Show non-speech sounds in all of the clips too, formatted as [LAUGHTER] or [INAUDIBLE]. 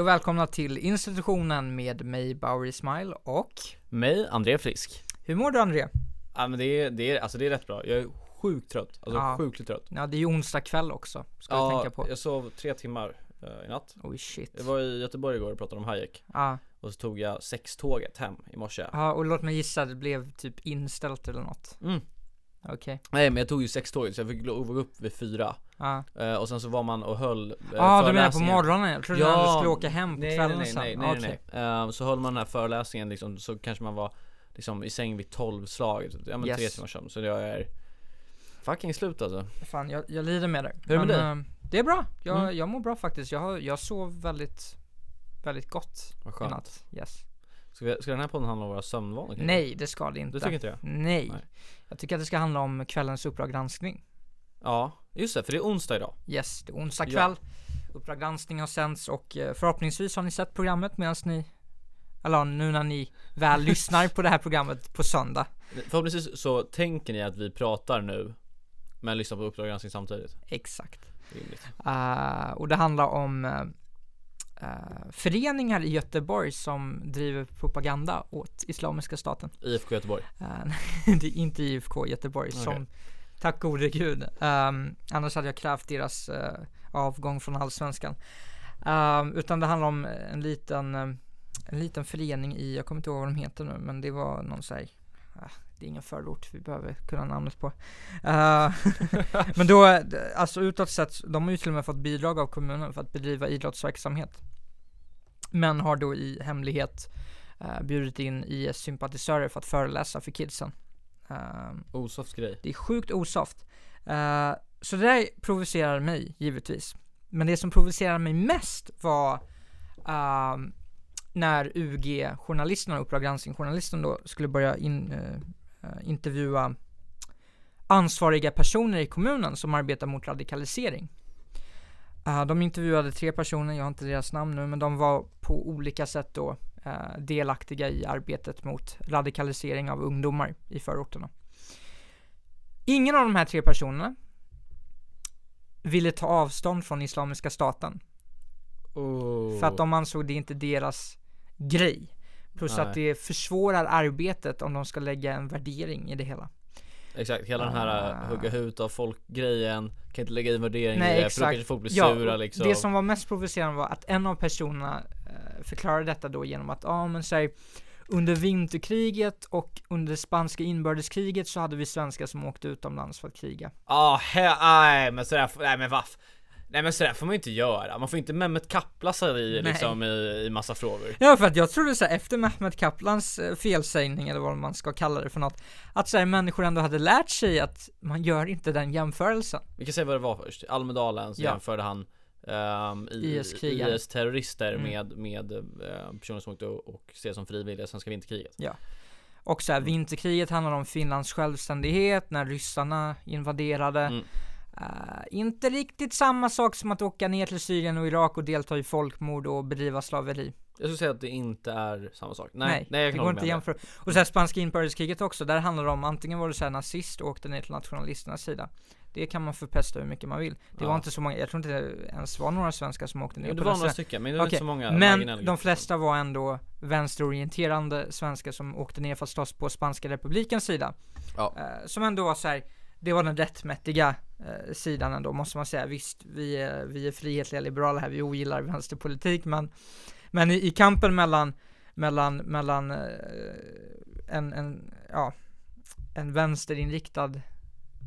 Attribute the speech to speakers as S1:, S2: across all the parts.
S1: och välkomna till institutionen med mig Bowery Smile och
S2: Mig, André Frisk.
S1: Hur mår du André?
S2: Ja men det är, det är, alltså det är rätt bra. Jag är sjukt trött. Alltså
S1: Ja.
S2: sjukligt trött.
S1: Ja det är ju onsdag kväll också, ska vi tänka på.
S2: jag sov tre timmar eh, i natt.
S1: Oj shit.
S2: Jag var i Göteborg igår och pratade om Hayek.
S1: Ja,
S2: Och så tog jag sextåget hem i morse.
S1: ja, och låt mig gissa, det blev typ inställt eller något.
S2: Mm.
S1: Okej.
S2: Nej men jag tog ju sextåget så jag fick gå gå upp vid fyra.
S1: Ja.
S2: Eh, och sen så var man och höll eh,
S1: Ja, Ah, du menar på
S2: föreläsningen.
S1: morgonen? Jag trodde
S2: Ja.
S1: du skulle åka hem på
S2: Nej nej
S1: kvällen
S2: nej,
S1: sen. Ah,
S2: nej, nej,
S1: Okej.
S2: nej, Eh, Så höll man den här föreläsningen liksom, så kanske man var liksom i säng vid tolvslaget. Ja men
S1: Yes.
S2: tre timmar sömn. Så jag är fucking slut alltså.
S1: Fan, jag, jag lider med dig.
S2: Hur är det med
S1: dig? Det är bra. Jag,
S2: Mm.
S1: jag mår bra faktiskt. Jag, har, jag sov väldigt, väldigt gott
S2: Vad
S1: i
S2: skönt.
S1: natt. Yes.
S2: Ska, vi, ska den här podden handla om våra sömnvanor? kanske?
S1: Nej, det ska det inte.
S2: Du tycker inte det?
S1: Nej.
S2: Nej.
S1: Jag tycker att det ska handla om kvällens Uppdrag granskning.
S2: Ja, just det, för det är onsdag idag.
S1: Yes, det är onsdag
S2: Ja.
S1: kväll. Uppdrag granskning har sänts och eh, förhoppningsvis har ni sett programmet medan ni eller ja, nu när ni väl lyssnar på det här programmet på söndag.
S2: Förhoppningsvis så tänker ni att vi pratar nu, men lyssnar på Uppdrag granskning samtidigt.
S1: Exakt.
S2: Rimligt.
S1: Eh, och det handlar om eh, eh, föreningar i Göteborg som driver propaganda åt Islamiska staten.
S2: IFK Göteborg.
S1: Eh, [LAUGHS] nej, det är inte IFK Göteborg
S2: Okej.
S1: som, tack gode gud. Ehm, annars hade jag krävt deras eh, avgång från Allsvenskan. Ehm, utan det handlar om en liten, eh, en liten förening i, jag kommer inte ihåg vad de heter nu, men det var någon så här, ah, det är ingen förort vi behöver kunna namnet på. Eh, [LAUGHS] men då, alltså utåt sett, de har ju till och med fått bidrag av kommunen för att bedriva idrottsverksamhet. Men har då i hemlighet eh, bjudit in IS-sympatisörer för att föreläsa för kidsen. Ehm,
S2: Osoft grej.
S1: det är sjukt osoft. Eh, så det där provocerar mig givetvis. Men det som provocerar mig mest var ehm, när UG-journalisterna, Uppdrag granskning-journalisten då, skulle börja in, eh, eh, intervjua ansvariga personer i kommunen som arbetar mot radikalisering. Eh, de intervjuade tre personer, jag har inte deras namn nu, men de var på olika sätt då eh, delaktiga i arbetet mot radikalisering av ungdomar i förorterna. Ingen av de här tre personerna ville ta avstånd från Islamiska staten.
S2: Oh.
S1: För att de ansåg det inte deras grej. Plus att
S2: Nej.
S1: det försvårar arbetet om de ska lägga en värdering i det hela.
S2: Exakt, hela den här
S1: Ah.
S2: äh, hugga huvudet av folk-grejen. Kan inte lägga in värdering
S1: Nej,
S2: i det, för
S1: exakt.
S2: då kanske folk blir
S1: Ja,
S2: sura
S1: och
S2: liksom.
S1: Det som var mest provocerande var att en av personerna eh, förklarade detta då genom att, ja ah, men säg under vinterkriget och under spanska inbördeskriget så hade vi svenskar som åkte utomlands för att kriga.
S2: Ah, he- nej men sådär, f- nej men vaff. Nej men sådär får man ju inte göra. Man får inte Mehmet Kapla sig i
S1: Nej.
S2: liksom i, i massa frågor.
S1: Ja för att jag trodde så här, efter Mehmet Kaplans eh, felsägning eller vad man ska kalla det för något, att så här, människor ändå hade lärt sig att man gör inte den jämförelsen.
S2: Vi kan säga vad det var först. I Almedalen så
S1: Ja.
S2: jämförde han ehm, i-
S1: IS-krigare.
S2: IS-terrorister
S1: Mm.
S2: med, med eh, personer som åkte och, och ses som frivilliga i svenska vinterkriget.
S1: Och så här, vinterkriget handlade om Finlands självständighet när ryssarna invaderade.
S2: Mm.
S1: Eh, inte riktigt samma sak som att åka ner till Syrien och Irak och delta i folkmord och bedriva slaveri.
S2: Jag skulle säga att det inte är samma sak. Nej,
S1: Nej,
S2: nej, jag
S1: det
S2: kan
S1: går
S2: hålla
S1: inte
S2: med
S1: att
S2: om
S1: jämföra. Och så här, spanska inbördeskriget också, där handlar det om antingen var du så här nazist och åkte ner till nationalisternas sida. Det kan man förpesta hur mycket man vill. Det
S2: Ja.
S1: var inte så många, jag tror inte det ens var några svenskar som åkte
S2: det.
S1: ner
S2: Men
S1: på
S2: det
S1: den
S2: var några
S1: sidan.
S2: stycken, men det var
S1: Okej,
S2: inte så många. liksom. marginella
S1: Men de
S2: grupper.
S1: flesta var ändå vänsterorienterande svenskar som åkte ner för att slåss på spanska republikens sida.
S2: Ja.
S1: Eh, som ändå var så här, det var den rättmätiga eh, sidan ändå måste man säga. Visst, vi är, vi är frihetliga liberaler här, vi ogillar vänsterpolitik men, men i, i kampen mellan, mellan, mellan eh, en, en, ja, en vänsterinriktad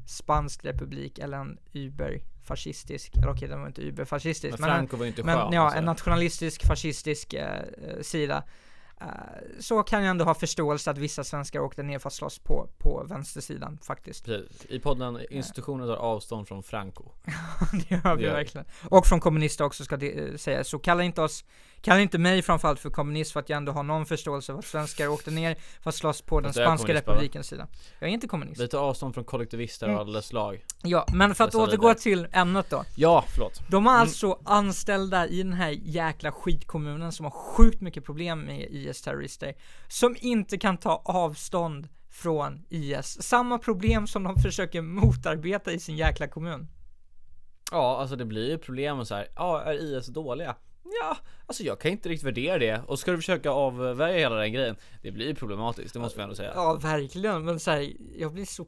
S1: spansk republik eller en überfascistisk, eller okej den var inte überfascistisk
S2: Men
S1: men en-
S2: Franco var ju inte skön.
S1: men ja,
S2: alltså.
S1: en nationalistisk, fascistisk eh, eh, sida. Eh, så kan jag ändå ha förståelse att vissa svenskar åkte ner för att slåss på, på vänstersidan
S2: [LAUGHS]
S1: faktiskt.
S2: Precis. I podden Institutionen tar avstånd från Franco.
S1: det gör vi
S2: Det gör vi.
S1: verkligen. Och från kommunister också ska det eh, sägas. Så kalla inte oss, kalla inte mig framförallt för kommunist för att jag ändå har någon förståelse för att svenskar åkte ner för att slåss på den
S2: du är
S1: spanska
S2: kommunist, Pavel.
S1: republikens sida. Jag är inte kommunist.
S2: Vi tar avstånd från kollektivister av
S1: Mm.
S2: alla slag.
S1: Ja, men för att
S2: Läsa
S1: återgå
S2: vidare.
S1: till ämnet då.
S2: Ja, förlåt.
S1: De är alltså anställda i den här jäkla skitkommunen som har sjukt mycket problem med IS-terrorister. Som inte kan ta avstånd från IS. Samma problem som de försöker motarbeta i sin jäkla kommun.
S2: Ja, alltså det blir ju problem och så här. Ja, är IS dåliga? Ja, alltså jag kan inte riktigt värdera det. Och ska du försöka avvärja hela den grejen, det blir problematiskt, det måste vi ändå säga.
S1: Ja, verkligen. Men så här, jag blir så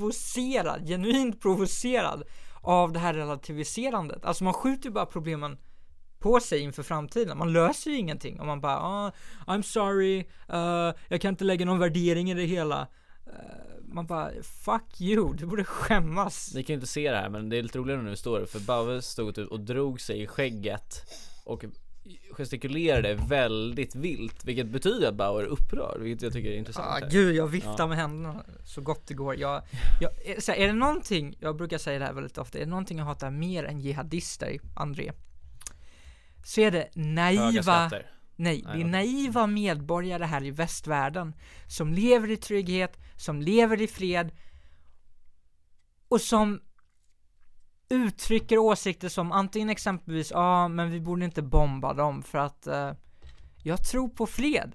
S1: provocerad, genuint provocerad av det här relativiserandet. Alltså man skjuter ju bara problemen på sig inför framtiden. Man löser ju ingenting om man bara ah, I'm sorry, eh, jag kan inte lägga någon värdering i det hela. Eh, man bara fuck you, du borde skämmas.
S2: Ni kan ju inte se det här, men det är lite roligare nu det står för Bauer stod typ och drog sig i skägget och gestikulerade väldigt vilt, vilket betyder att Bauer är upprörd, vilket jag tycker är intressant.
S1: Ah,
S2: här.
S1: gud, jag viftar
S2: Ja.
S1: med händerna så gott det går. Jag, jag, är- så här, är det någonting, jag brukar säga det här väldigt ofta, är det någonting jag hatar mer än jihadister, André? Så är det
S2: Höga
S1: naiva,
S2: skatter.
S1: nej, det är
S2: Nej, okej.
S1: naiva medborgare här i västvärlden som lever i trygghet, som lever i fred och som uttrycker åsikter som antingen exempelvis, ja ah, men vi borde inte bomba dem för att eh, jag tror på fred.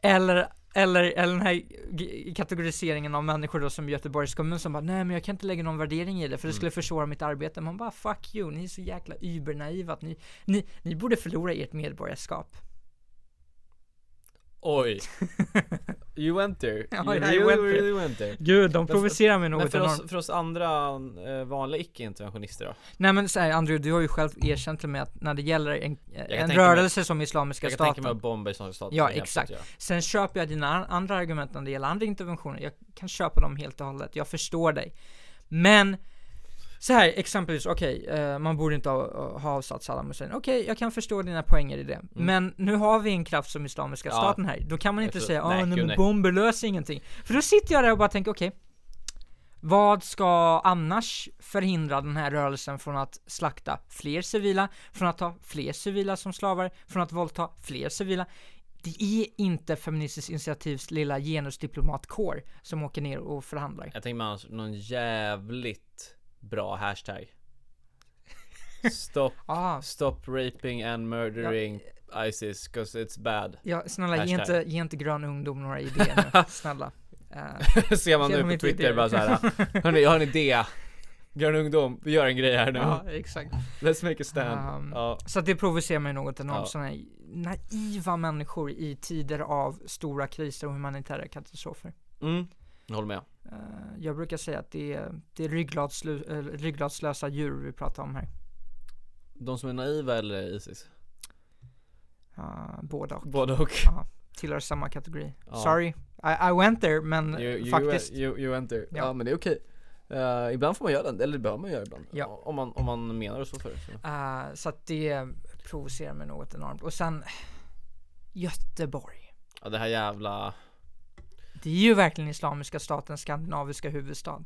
S1: Eller, eller, eller den här g- kategoriseringen av människor då som Göteborgs kommun som bara nej men jag kan inte lägga någon värdering i det
S2: Mm.
S1: för det skulle försvåra mitt arbete. Man bara fuck you, ni är så jäkla übernaiva att ni, ni, ni borde förlora ert medborgarskap. [LAUGHS]
S2: Oj. You went there. You
S1: Ja, I
S2: really,
S1: went there.
S2: really went there.
S1: Gud, de
S2: för-
S1: provocerar mig
S2: Men
S1: något
S2: för
S1: enormt.
S2: oss, för oss andra eh, vanliga icke-interventionister då?
S1: Nej men såhär Andrew, du har ju själv erkänt till mig att när det gäller en, en
S2: tänka
S1: rörelse som Islamiska
S2: Jag kan tänka mig
S1: staten
S2: att bomba Islamiska staten.
S1: Ja,
S2: det är helt
S1: exakt.
S2: rätt, ja.
S1: Sen köper jag dina an- andra argument när det gäller andra interventioner. Jag kan köpa dem helt och hållet. Jag förstår dig. Men så här exempelvis, okej, eh, man borde inte ha, ha avsatt Saddam Hussein. Okej, jag kan förstå dina poänger i det. Men nu har vi en kraft som Islamiska
S2: Mm. Ja.
S1: staten här. Då kan man inte
S2: Absolut.
S1: säga, ah,
S2: Nej,
S1: nej,
S2: gud,
S1: men
S2: nej."
S1: bomber löser ingenting. För då sitter jag där och bara tänker, okej, vad ska annars förhindra den här rörelsen från att slakta fler civila, från att ta fler civila som slavar, från att våldta fler civila? Det är inte Feministiskt initiativs lilla genusdiplomatkår som åker ner och förhandlar.
S2: Jag tänker mig annars någon jävligt bra hashtag.
S1: [LAUGHS]
S2: Stop,
S1: Ah,
S2: stop raping and murdering ISIS, cause
S1: [LAUGHS]
S2: it's bad. [LAUGHS]
S1: ja, snälla, ge
S2: Hashtag.
S1: inte, ge inte grön ungdom några idéer
S2: [LAUGHS]
S1: nu. Snälla. Eh,
S2: Ser man
S1: Ser de
S2: nu på
S1: inte
S2: Twitter
S1: idéer? [LAUGHS]
S2: bara såhär. Hörni, jag har en idé. Grön ungdom, vi gör en grej här nu.
S1: ja, exakt.
S2: Let's make a stand.
S1: Um,
S2: ja.
S1: Så att det provocerar mig något enormt.
S2: Ja.
S1: Sådana naiva människor i tider av stora kriser och humanitära katastrofer.
S2: Mm. Jag håller med.
S1: Eh, jag brukar säga att det är, det är ryggladslu- eh, ryggladslösa djur vi pratar om här.
S2: De som är naiva eller Isis?
S1: Uh, båda och. [LAUGHS]
S2: Både och.
S1: Tillhör samma kategori.
S2: Ja.
S1: Sorry, I, I went there men
S2: You, you,
S1: faktiskt.
S2: You, you went there. Ja.
S1: Ja.
S2: men det är okej. Eh, ibland får man göra den, eller det behöver man göra ibland.
S1: Ja.
S2: Om, man, om man menar det så för det. Så.
S1: Eh, så att det provocerar mig något enormt. Och sen Göteborg.
S2: Ja, det här jävla...
S1: Det är ju verkligen Islamiska statens skandinaviska huvudstad.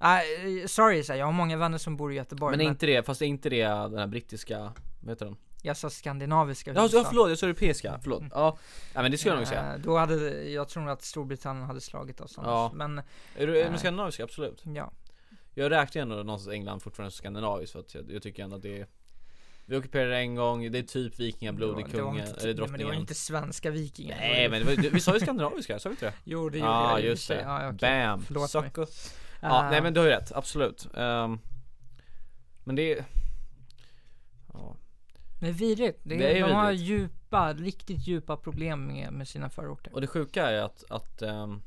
S1: Uh, sorry, så här, jag har många vänner som bor i Göteborg.
S2: Men
S1: Men,
S2: är inte det, fast är inte det den här brittiska, vad heter den?
S1: jag sa skandinaviska
S2: Ja,
S1: huvudstad.
S2: ja förlåt, jag sa europeiska, förlåt.
S1: Mm.
S2: Ja, ja men det skulle jag nog säga.
S1: Eh, Då hade, jag tror att Storbritannien hade slagit oss annars.
S2: Ja.
S1: Men
S2: Är du, är du
S1: nej.
S2: skandinavisk? Absolut.
S1: ja,
S2: Jag räknar ändå någonstans England fortfarande som skandinaviskt för att jag, jag tycker ändå att det är vi ockuperade det en gång, det är typ vikingablod i
S1: det var
S2: kungen,
S1: inte-
S2: eller
S1: Men det var
S2: drottningen
S1: inte svenska vikingar. Det var
S2: Nej
S1: ju-
S2: men det var, det- vi sa ju skandinaviska, sa
S1: [LAUGHS]
S2: vi inte det?
S1: Jo det gjorde
S2: Ja
S1: jag i och för
S2: just
S1: sig.
S2: det,
S1: Ja, okej.
S2: bam!
S1: Förlåt mig.
S2: Sucker. Ja,
S1: Eh,
S2: nej men du har ju rätt, absolut. Ehm, men det är... Ja.
S1: men vidrigt. Det,
S2: Det är
S1: de har
S2: vidrigt.
S1: djupa, riktigt djupa problem med, med sina förorter.
S2: Och det sjuka är att, att ehm,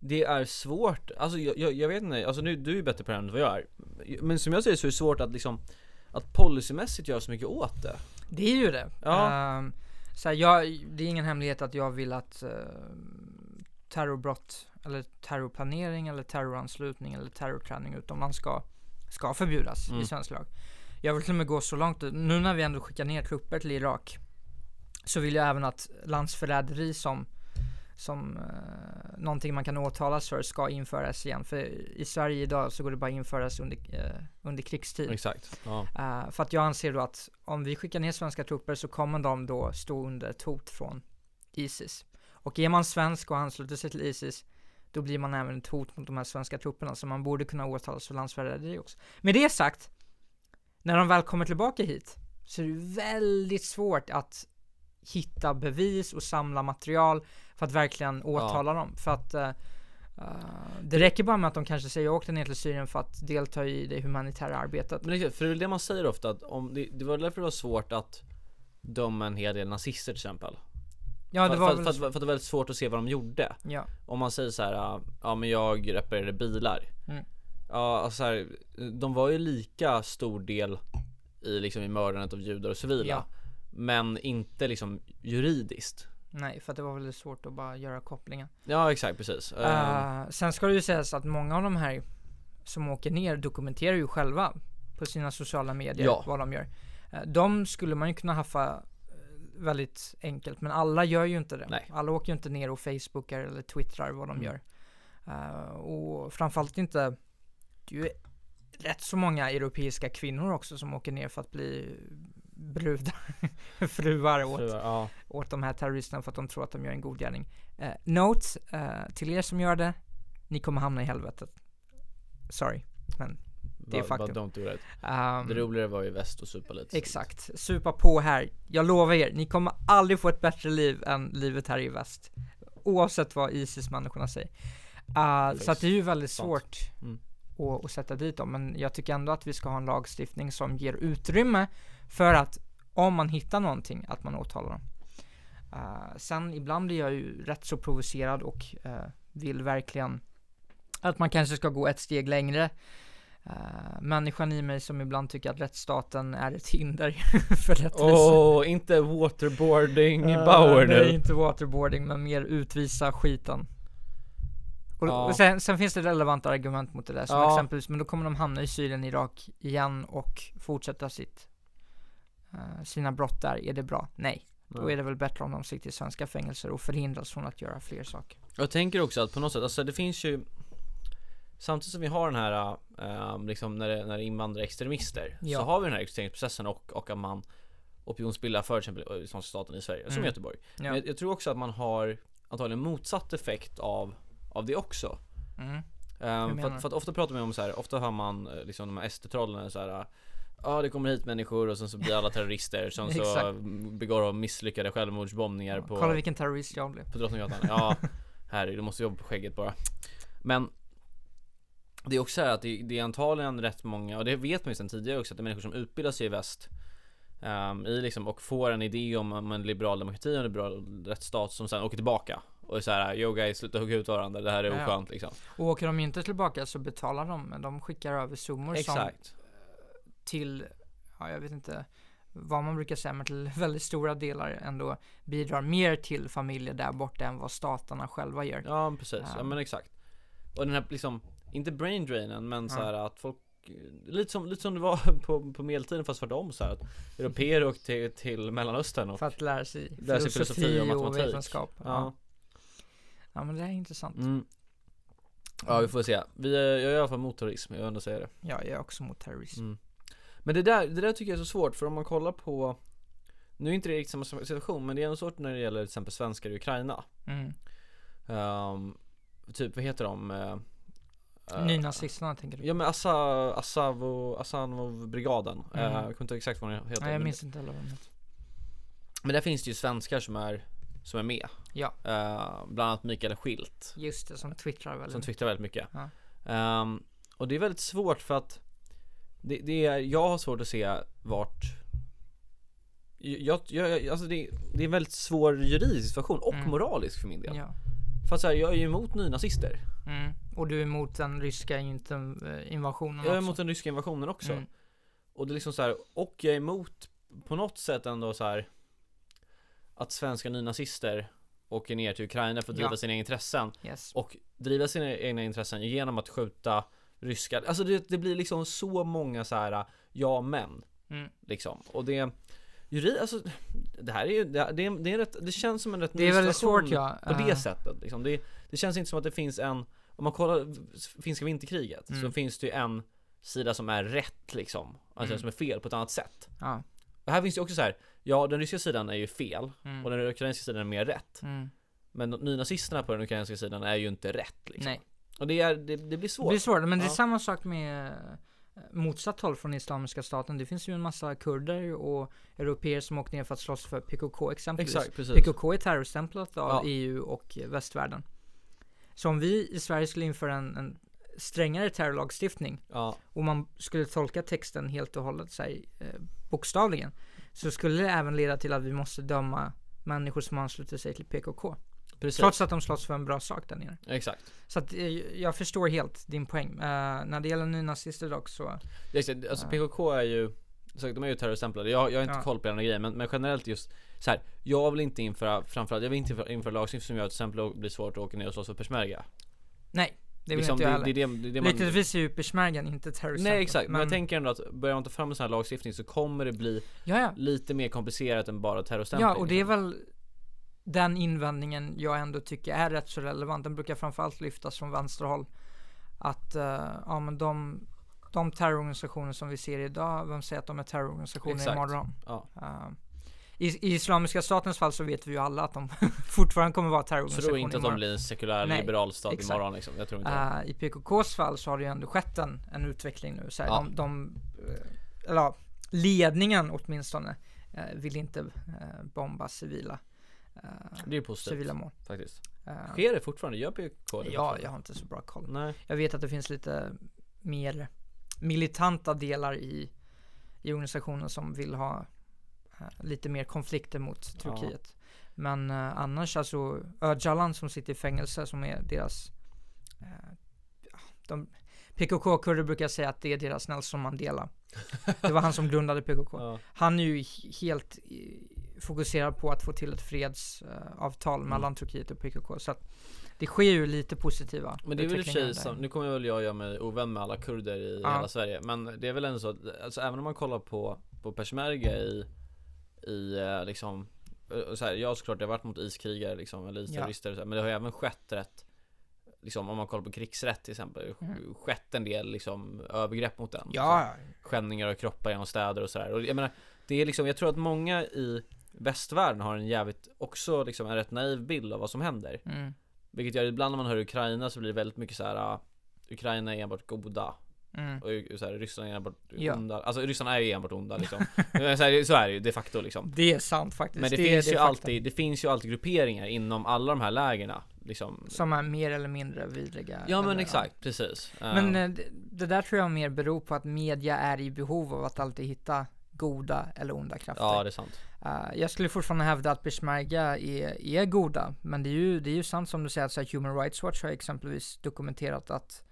S2: det är svårt, alltså jag, jag, jag vet inte, alltså nu, du är ju bättre på det här än vad jag är. Men som jag säger så är det svårt att liksom, att policymässigt göra så mycket åt det.
S1: Det är ju det.
S2: Ja.
S1: Ehm, så här, jag, det är ingen hemlighet att jag vill att eh, terrorbrott, eller terrorplanering, eller terroranslutning, eller terrorträning utomlands ska, ska förbjudas
S2: Mm.
S1: i svensk lag. Jag vill till och med gå så långt, nu när vi ändå skickar ner trupper till Irak, så vill jag även att landsförräderi som som eh, någonting man kan åtalas för ska införas igen. För i Sverige idag så går det bara införas under, eh, under krigstid.
S2: Exakt. Ja.
S1: Eh, för att jag anser då att om vi skickar ner svenska trupper så kommer de då stå under ett hot från ISIS. Och är man svensk och ansluter sig till ISIS, då blir man även ett hot mot de här svenska trupperna, så man borde kunna åtalas för landsförräderi också. Med det sagt, när de väl kommer tillbaka hit, så är det väldigt svårt att hitta bevis och samla material för att verkligen åtala dem. För att eh, Eh, det räcker bara med att de kanske säger jag åkte ner till Syrien för att delta i det humanitära arbetet.
S2: Men exakt, för det är väl det man säger ofta att om det, det var därför det var svårt att döma en hel del nazister till exempel.
S1: Ja, det
S2: för,
S1: var
S2: för,
S1: väl
S2: för, att- för att det var väldigt svårt att se vad de gjorde.
S1: Ja,
S2: Om man säger så här, ah, ja men jag reparerade bilar.
S1: Mm.
S2: Ja, alltså så här, de var ju lika stor del i, liksom, i mördandet av judar och civila.
S1: Ja.
S2: Men inte liksom juridiskt.
S1: nej, för att det var väldigt svårt att bara göra kopplingen.
S2: Ja exakt precis. Eh,
S1: Eh, sen ska det ju sägas att många av de här som åker ner dokumenterar ju själva på sina sociala medier
S2: Ja.
S1: vad de gör. Eh, de skulle man ju kunna haffa eh, väldigt enkelt, men alla gör ju inte det.
S2: Nej.
S1: Alla åker ju inte ner och facebookar eller twittrar vad de
S2: Mm.
S1: gör. Eh, och framförallt inte, det är ju rätt så många europeiska kvinnor också som åker ner för att bli brudar, [LAUGHS] fruar åt
S2: tror jag, Ehm, ja.
S1: åt de här terroristerna för att de tror att de gör en god gärning. Eh, note eh, till er som gör det, ni kommer hamna i helvetet. Sorry. Det är
S2: Bara- bara
S1: faktum.
S2: don't do it.
S1: Ehm,
S2: Det roligare var ju väst och supa lite.
S1: exakt. Supa på här. Jag lovar er, ni kommer aldrig få ett bättre liv än livet här i väst. Oavsett vad Isis-människorna säger. Eh, så att det är ju väldigt
S2: sant.
S1: svårt
S2: Mm.
S1: att, att sätta dit dem, men jag tycker ändå att vi ska ha en lagstiftning som ger utrymme för att om man hittar någonting, att man åtalar dem. Eh, sen ibland blir jag ju rätt så provocerad och eh, vill verkligen att man kanske ska gå ett steg längre. Uh, människan i mig som ibland tycker att rättsstaten är ett hinder [LAUGHS] för rättvisa.
S2: Åh, inte waterboarding i
S1: Eh,
S2: Bauer
S1: Nej,
S2: nu.
S1: inte waterboarding, men mer utvisa skiten. Och,
S2: Ja.
S1: och sen, sen finns det relevanta argument mot det där, som
S2: Ja.
S1: exempelvis, men då kommer de hamna i Syrien, Irak igen och fortsätta sitt, eh, sina brott där. Är det bra? Nej. Då är det väl bättre om de sitter i svenska fängelser och förhindras från att göra fler saker.
S2: Jag tänker också att på något sätt, alltså det finns ju Samtidigt som vi har den här, eh, liksom när det, när det invandrar extremister
S1: Ja.
S2: Så har vi den här rekryteringsprocessen och, och att man Opinionsbildar för till exempel Islamiska staten i Sverige, som
S1: Mm.
S2: Göteborg
S1: Ja.
S2: Men jag, jag tror också att man har antagligen motsatt effekt av, av det också
S1: Mm.
S2: Ehm, för,
S1: menar du?
S2: att, för att ofta pratar man om så här, ofta hör man eh, liksom de här SD-trollen så här. Ja det kommer hit människor och sen så blir alla terrorister, sen
S1: [LAUGHS]
S2: så
S1: Exakt.
S2: begår de misslyckade självmordsbombningar på
S1: Kolla vilken terrorist jag blev.
S2: på Drottninggatan?
S1: [LAUGHS]
S2: Ja, här du måste jobba på skägget bara. Men det är också så här att det, det är antagligen rätt många, och det vet man ju sedan tidigare också, att det är människor som utbildar sig i väst ehm, i liksom, och får en idé om, om en liberal demokrati och en liberal rättsstat som sen åker tillbaka och är så här, yo guys, sluta hugga ut varandra, det här är
S1: Ja.
S2: oskönt liksom.
S1: Och åker de inte tillbaka så betalar de, men de skickar över summor som
S2: Exakt.
S1: till, ja jag vet inte vad man brukar säga, men till [LAUGHS] väldigt stora delar ändå bidrar mer till familjer där borta än vad staterna själva gör.
S2: Ja men precis, ja
S1: Ja.
S2: men exakt Och den här liksom, inte brain drainen men så här att folk Lite som, lite som det var [LAUGHS] på, på medeltiden fast tvärtom så här att Europeer åkte till, till mellanöstern och
S1: Mm. För att lära sig
S2: Lära sig
S1: filosofi,
S2: filosofi och
S1: och,
S2: matematik.
S1: vetenskap. Ja.
S2: Ja,
S1: Ja. men det här är intressant.
S2: mm. ja vi får se, vi är, jag är i alla fall mot terrorism, jag vill ändå säga det
S1: Ja, jag är också mot terrorism.
S2: Mm. Men det där, det där tycker jag är så svårt för om man kollar på Nu är inte det riktigt samma situation men det är ändå svårt när det gäller till exempel svenskar i Ukraina
S1: Mm.
S2: Ehm, Typ vad heter de? Uh,
S1: Nynazisterna tänker du?
S2: Ja men Assa, Asavo, Asanovbrigaden
S1: Mm.
S2: eh, Jag kommer inte exakt vad den heter
S1: Nej, jag
S2: men-
S1: minns inte heller vad de heter.
S2: Men där finns det ju svenskar som är, som är med
S1: Ja.
S2: eh, Bland annat Mikael Skilt
S1: Just det, som twittrar väldigt
S2: Som
S1: mycket.
S2: twittrar väldigt mycket
S1: Ja.
S2: Ehm, Och det är väldigt svårt för att det, det är, Jag har svårt att se vart jag, jag, jag, alltså det, det är en väldigt svår juridisk situation och
S1: Mm.
S2: moralisk för min del.
S1: Ja.
S2: För att så här, jag är ju emot nynazister.
S1: Mm. Och du är emot den ryska inte- eh, invasionen
S2: Jag är
S1: också?
S2: emot den ryska invasionen också.
S1: Mm.
S2: Och det är liksom så här, och jag är emot på något sätt ändå så här att svenska nynazister åker ner till Ukraina för att
S1: Ja.
S2: driva sina egna intressen
S1: Yes.
S2: och driva sina egna intressen genom att skjuta ryska. Alltså det, det blir liksom så många så här ja men
S1: Mm.
S2: liksom och det juri, alltså det här är ju det, det, är, det, är en rätt, det känns som en rätt
S1: Det
S2: ny
S1: är väldigt
S2: situation
S1: svårt ja.
S2: på det
S1: Eh,
S2: sättet liksom. det, det känns inte som att det finns en Om man kollar v- finska vinterkriget så
S1: Mm.
S2: finns det ju en Sida som är rätt liksom Alltså
S1: Mm.
S2: som är fel på ett annat sätt
S1: Ja.
S2: Och här finns det också så här Ja den ryska sidan är ju fel och
S1: Mm.
S2: den ukrainska sidan är mer rätt
S1: Mm.
S2: Men de- nynazisterna på den ukrainska sidan är ju inte rätt liksom.
S1: Nej.
S2: Och det, är, det, det blir
S1: Det
S2: svårt
S1: blir svårt, men det är
S2: Ja.
S1: samma sak med eh, motsatt håll från Islamiska staten. Det finns ju en massa kurder och europeer som åkt ner för att slåss för PKK exempelvis.
S2: Exakt precis
S1: PKK är terrorstämplat av
S2: Ja.
S1: EU och eh, västvärlden. Så om vi i Sverige skulle införa en, en strängare terrorlagstiftning
S2: Ja,
S1: och man skulle tolka texten helt och hållet så här, eh, bokstavligen så skulle det även leda till att vi måste döma människor som ansluter sig till PKK.
S2: precis.
S1: Trots att de slåss för en bra sak där nere.
S2: Exakt.
S1: Så att, eh, jag förstår helt din poäng. Eh, när det gäller nynazister dock så,
S2: Exakt. Alltså
S1: Ja.
S2: PKK är ju Exakt, de är ju terrorstämplade. Jag, jag har inte
S1: Ja.
S2: koll på den här grejen men, men generellt just så här. Jag vill inte införa, framförallt, jag vill inte införa, införa lagstiftning som gör att till exempel det blir svårt att åka ner och slåss för peshmerga.
S1: nej. Det vill
S2: Liksom,
S1: inte jag heller.
S2: det, det, är det, det är det man,
S1: Lyckligtvis är ju peshmergan inte terrorist.
S2: Nej exakt, men jag tänker ändå att börjar man ta fram en sån här lagstiftning så kommer det bli
S1: ja, ja.
S2: lite mer komplicerat än bara terrorstämpling.
S1: ja, och det är
S2: liksom.
S1: väl den invändningen jag ändå tycker är rätt så relevant. Den brukar framförallt lyftas från vänsterhåll. Att eh, ja, men de, de terrororganisationer som vi ser idag, vem säger att de är terrororganisationer
S2: Exakt.
S1: imorgon?
S2: Ja.
S1: Eh, i, I Islamiska statens fall så vet vi ju alla att de [LAUGHS] fortfarande kommer vara
S2: Jag tror
S1: terrororganisationer
S2: inte att de
S1: imorgon.
S2: blir en sekulär
S1: Nej,
S2: liberal stat
S1: exakt.
S2: imorgon liksom. Jag tror inte det.
S1: Eh, I PKKs fall så har det ju ändå skett en, en utveckling nu. Så här,
S2: Ja.
S1: de, de, eh, eller ja, ledningen åtminstone eh, vill inte eh, bomba civila, eh,
S2: Det är positivt
S1: civila mål.
S2: faktiskt.
S1: Eh,
S2: Sker det fortfarande? Gör PKK det
S1: ja,
S2: fortfarande?
S1: jag har inte så bra koll.
S2: Nej.
S1: Jag vet att det finns lite mer militanta delar i, i organisationen som vill ha eh, lite mer konflikter mot Turkiet. Men eh, annars alltså Öcalan som sitter i fängelse som är deras eh, ja, de, PKK-kurder brukar säga att det är deras Nelson Mandela. Det var han som grundade PKK.
S2: [LAUGHS] Ja.
S1: Han är ju he- helt i- fokuserad på att få till ett fredsavtal
S2: Mm.
S1: mellan Turkiet och PKK. Så att det sker ju lite positiva
S2: Men det är väl i och för
S1: utvecklingar
S2: sig,
S1: där.
S2: sam- nu kommer väl jag göra mig ovän med alla kurder i
S1: Ja.
S2: hela Sverige Men det är väl ändå så att, alltså, även om man kollar på, på peshmerga i, i eh, liksom eh, så här, Jag har såklart, jag har varit mot iskrigare liksom, eller isterrorister och så här, Men det har ju även skett rätt Liksom om man kollar på krigsrätt till exempel
S1: Mm.
S2: Skett en del liksom övergrepp mot den liksom.
S1: Ja,
S2: Skändningar av kroppar genom städer och sådär Och jag menar, det är liksom, jag tror att många i västvärlden har en jävligt, också liksom en rätt naiv bild av vad som händer
S1: ja. Mm.
S2: Vilket gör att ibland när man hör Ukraina så blir det väldigt mycket så här. ah, Ukraina är enbart goda
S1: Mm.
S2: och ju- så här, Ryssland är enbart
S1: Ja.
S2: onda Alltså Ryssland är ju enbart [LAUGHS] onda liksom Men så, här, så är det ju de facto liksom
S1: Det är sant faktiskt.
S2: Men det,
S1: är-
S2: finns
S1: är
S2: ju
S1: fakta.
S2: alltid, det finns ju alltid grupperingar inom alla de här lägena liksom
S1: Som är mer eller mindre vidriga.
S2: Ja men
S1: eller-
S2: exakt, precis
S1: Men
S2: Eh,
S1: eh, det, det där tror jag mer beror på att media är i behov av att alltid hitta goda eller onda krafter.
S2: Ja det är sant
S1: Eh, jag skulle fortfarande hävda att peshmerga är, är goda, men det är, ju, det är ju sant som du säger att så här, Human Rights Watch har exempelvis dokumenterat att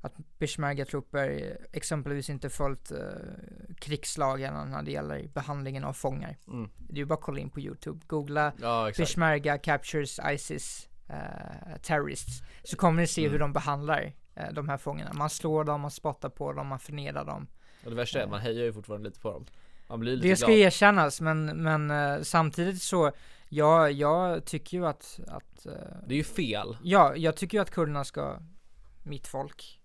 S1: att peshmerga-trupper exempelvis inte följt eh, krigslagarna när det gäller behandlingen av fångar.
S2: mm.
S1: Det är ju bara att kolla in på Youtube, googla
S2: Ja exakt
S1: Peshmerga captures ISIS eh, terrorists. Så kommer ni se
S2: Mm.
S1: hur de behandlar eh, de här fångarna. Man slår dem, man spottar på dem, man förnedrar dem.
S2: Och det värsta är att man hejar ju fortfarande lite på dem Man blir lite
S1: Det ska
S2: glad
S1: erkännas men, men eh, samtidigt så, ja, jag tycker ju att, att eh,
S2: Det är ju fel
S1: ja, jag tycker ju att kurderna ska, mitt folk,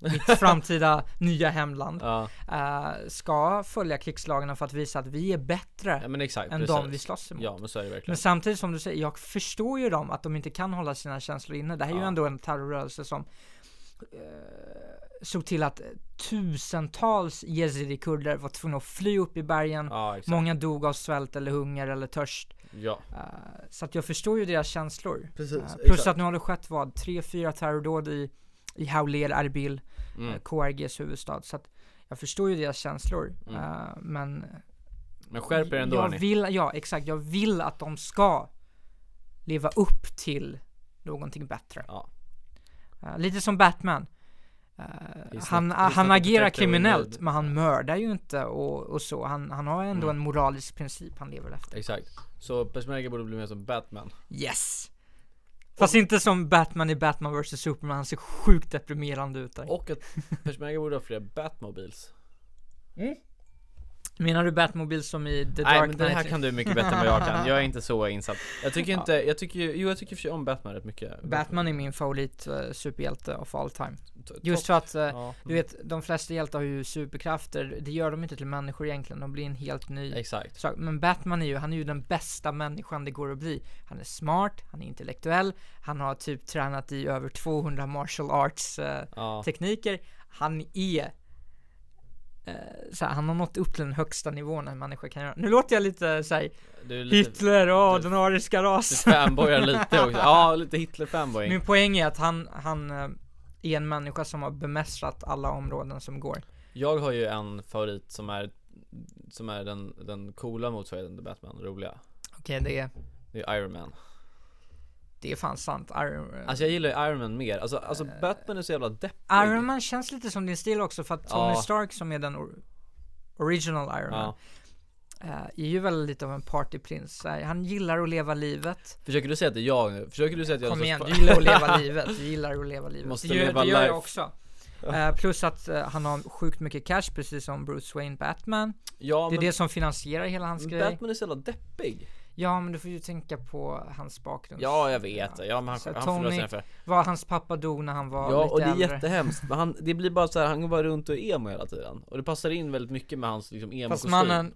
S2: [LAUGHS]
S1: mitt framtida nya hemland,
S2: Ja,
S1: eh, ska följa krigslagarna för att visa att vi är bättre
S2: ja men exakt
S1: än
S2: precis.
S1: de vi slåss emot.
S2: Ja men så är det verkligen
S1: Men samtidigt som du säger, jag förstår ju dem att de inte kan hålla sina känslor inne. Det här är ju
S2: Ja.
S1: ändå en terrorrörelse som eh, såg till att tusentals yazidi-kurder var tvungna att fly upp i bergen.
S2: Ja exakt
S1: Många dog av svält eller hunger eller törst.
S2: Ja
S1: Eh, så att jag förstår ju deras känslor.
S2: Precis,
S1: Eh, plus att nu har det skett vad, tre, fyra terrordåd i, i Hauler, Erbil,
S2: mm.
S1: eh, KRGs huvudstad. Så att jag förstår ju deras känslor.
S2: Mm.
S1: Eh, men
S2: Men skärp er ändå
S1: jag
S2: hörni.
S1: vill, Ja, exakt. Jag vill att de ska leva upp till någonting bättre.
S2: Ja.
S1: Eh, lite som Batman. Eh,
S2: He's
S1: han
S2: not- he's
S1: han
S2: not
S1: agerar
S2: protector we
S1: kriminellt,
S2: need.
S1: men han mördar ju inte och, och så. Han, han har ändå
S2: Mm.
S1: en moralisk princip han lever efter.
S2: Exakt. Så Peshmerga borde bli mer som Batman.
S1: Yes! Fast inte som Batman i Batman vs Superman, han ser sjukt deprimerande ut där.
S2: Och att Peshmerga borde ha fler Batmobiles.
S1: Menar du Batmobil som i The
S2: Nej
S1: Dark
S2: men det här
S1: Knight?
S2: kan du mycket bättre än vad jag kan. Jag är inte så insatt. Jag tycker inte, jag tycker ju, jo jag tycker i och för sig om Batman rätt mycket.
S1: Batman är min favorit eh, superhjälte of all time.
S2: T-
S1: Just
S2: topp-
S1: för att eh,
S2: ja.
S1: Du vet, de flesta hjältar har ju superkrafter, det gör de inte till människor egentligen, de blir en helt ny
S2: Exakt.
S1: sak. Men Batman är ju, han är ju den bästa människan det går att bli. Han är smart, han är intellektuell, han har typ tränat i över 200 martial arts eh,
S2: Ja.
S1: tekniker. Han är eh, så här, han har nått upp till den högsta nivån en människa kan göra. Nu låter jag lite såhär,
S2: Du är lite,
S1: Hitler, ja
S2: du-
S1: den ariska
S2: du
S1: rasen.
S2: fanboyar lite också, ja lite Hitler-fanboying
S1: Min poäng är att han, han eh, är en människa som har bemästrat alla områden som går.
S2: Jag har ju en favorit som är Som är den, den coola motsvarigheten till Batman, roliga
S1: Okej, det är,
S2: Det är Iron Man
S1: det är fan sant. Iron,
S2: Alltså jag gillar ju Iron Man mer, alltså, alltså
S1: Eh.
S2: Batman är så jävla deppig
S1: Iron Man känns lite som din stil också för att Tony
S2: Ja.
S1: Stark som är den or- original Iron Man
S2: ja.
S1: eh, är ju väldigt lite av en partyprins. Så här, Han gillar att leva livet.
S2: Försöker du säga att det är jag nu? Försöker du säga att jag är någon
S1: Kom igen,
S2: sorts-
S1: du gillar att
S2: [LAUGHS]
S1: leva livet. Du gillar att leva livet.
S2: Måste
S1: det gör,
S2: leva
S1: det gör
S2: life.
S1: jag också. Eh, plus att eh, han har sjukt mycket cash precis som Bruce Wayne Batman.
S2: Ja
S1: det är
S2: men
S1: det som finansierar hela hans grej.
S2: Batman är så jävla deppig
S1: Ja men du får ju tänka på hans bakgrund.
S2: Ja jag vet, ja, men han,
S1: Så
S2: han
S1: Tony-
S2: förlorar sina för
S1: Var hans pappa dog när han var
S2: Ja
S1: lite
S2: och det är
S1: äldre.
S2: jättehemskt, men han, det blir bara så här, han går bara runt och är emo hela tiden Och det passar in väldigt mycket med hans liksom
S1: Fast
S2: emo-kostym
S1: mannen,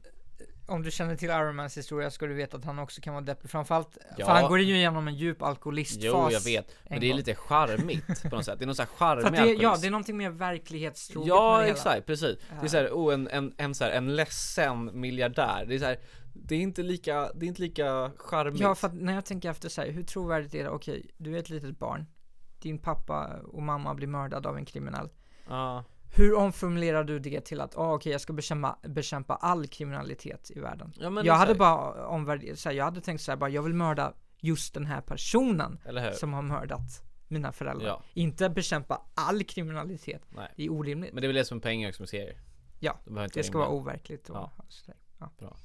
S1: om du känner till Iron Mans historia ska du veta att han också kan vara deppig. Framförallt,
S2: Ja.
S1: för han går ju igenom en djup alkoholistfas.
S2: Jo jag vet,
S1: en
S2: men det är
S1: gång.
S2: lite charmigt på något sätt, det är
S1: [LAUGHS]
S2: någon sån här
S1: För att
S2: charmig
S1: det, ja,
S2: alkoholism.
S1: det är någonting mer verklighetstroget med
S2: Ja
S1: det hela.
S2: exakt, precis. Det är såhär, oh, en, en, en, så här, en ledsen miljardär. Det är såhär, det är inte lika, det är inte lika charmigt.
S1: Ja, för att när jag tänker efter så här, hur trovärdigt är det? Okej, du är ett litet barn. Din pappa och mamma blir mördade av en kriminell.
S2: Ja.
S1: Hur omformulerar du det till att, ah, okej, jag ska bekämpa, bekämpa all kriminalitet i världen?
S2: Ja, men
S1: jag
S2: det är
S1: hade
S2: så
S1: bara omvärderat, så här, jag hade tänkt så här, bara, jag vill mörda just den här personen.
S2: Eller hur?
S1: som har mördat mina föräldrar.
S2: Ja.
S1: Inte bekämpa all kriminalitet.
S2: Nej.
S1: Det är orimligt.
S2: Men det är väl det som är poängen också med serier.
S1: Ja,
S2: De behöver inte
S1: det
S2: vara
S1: ska vara
S2: himla-
S1: overkligt. Och,
S2: Ja.
S1: sådär. ja.
S2: Bra.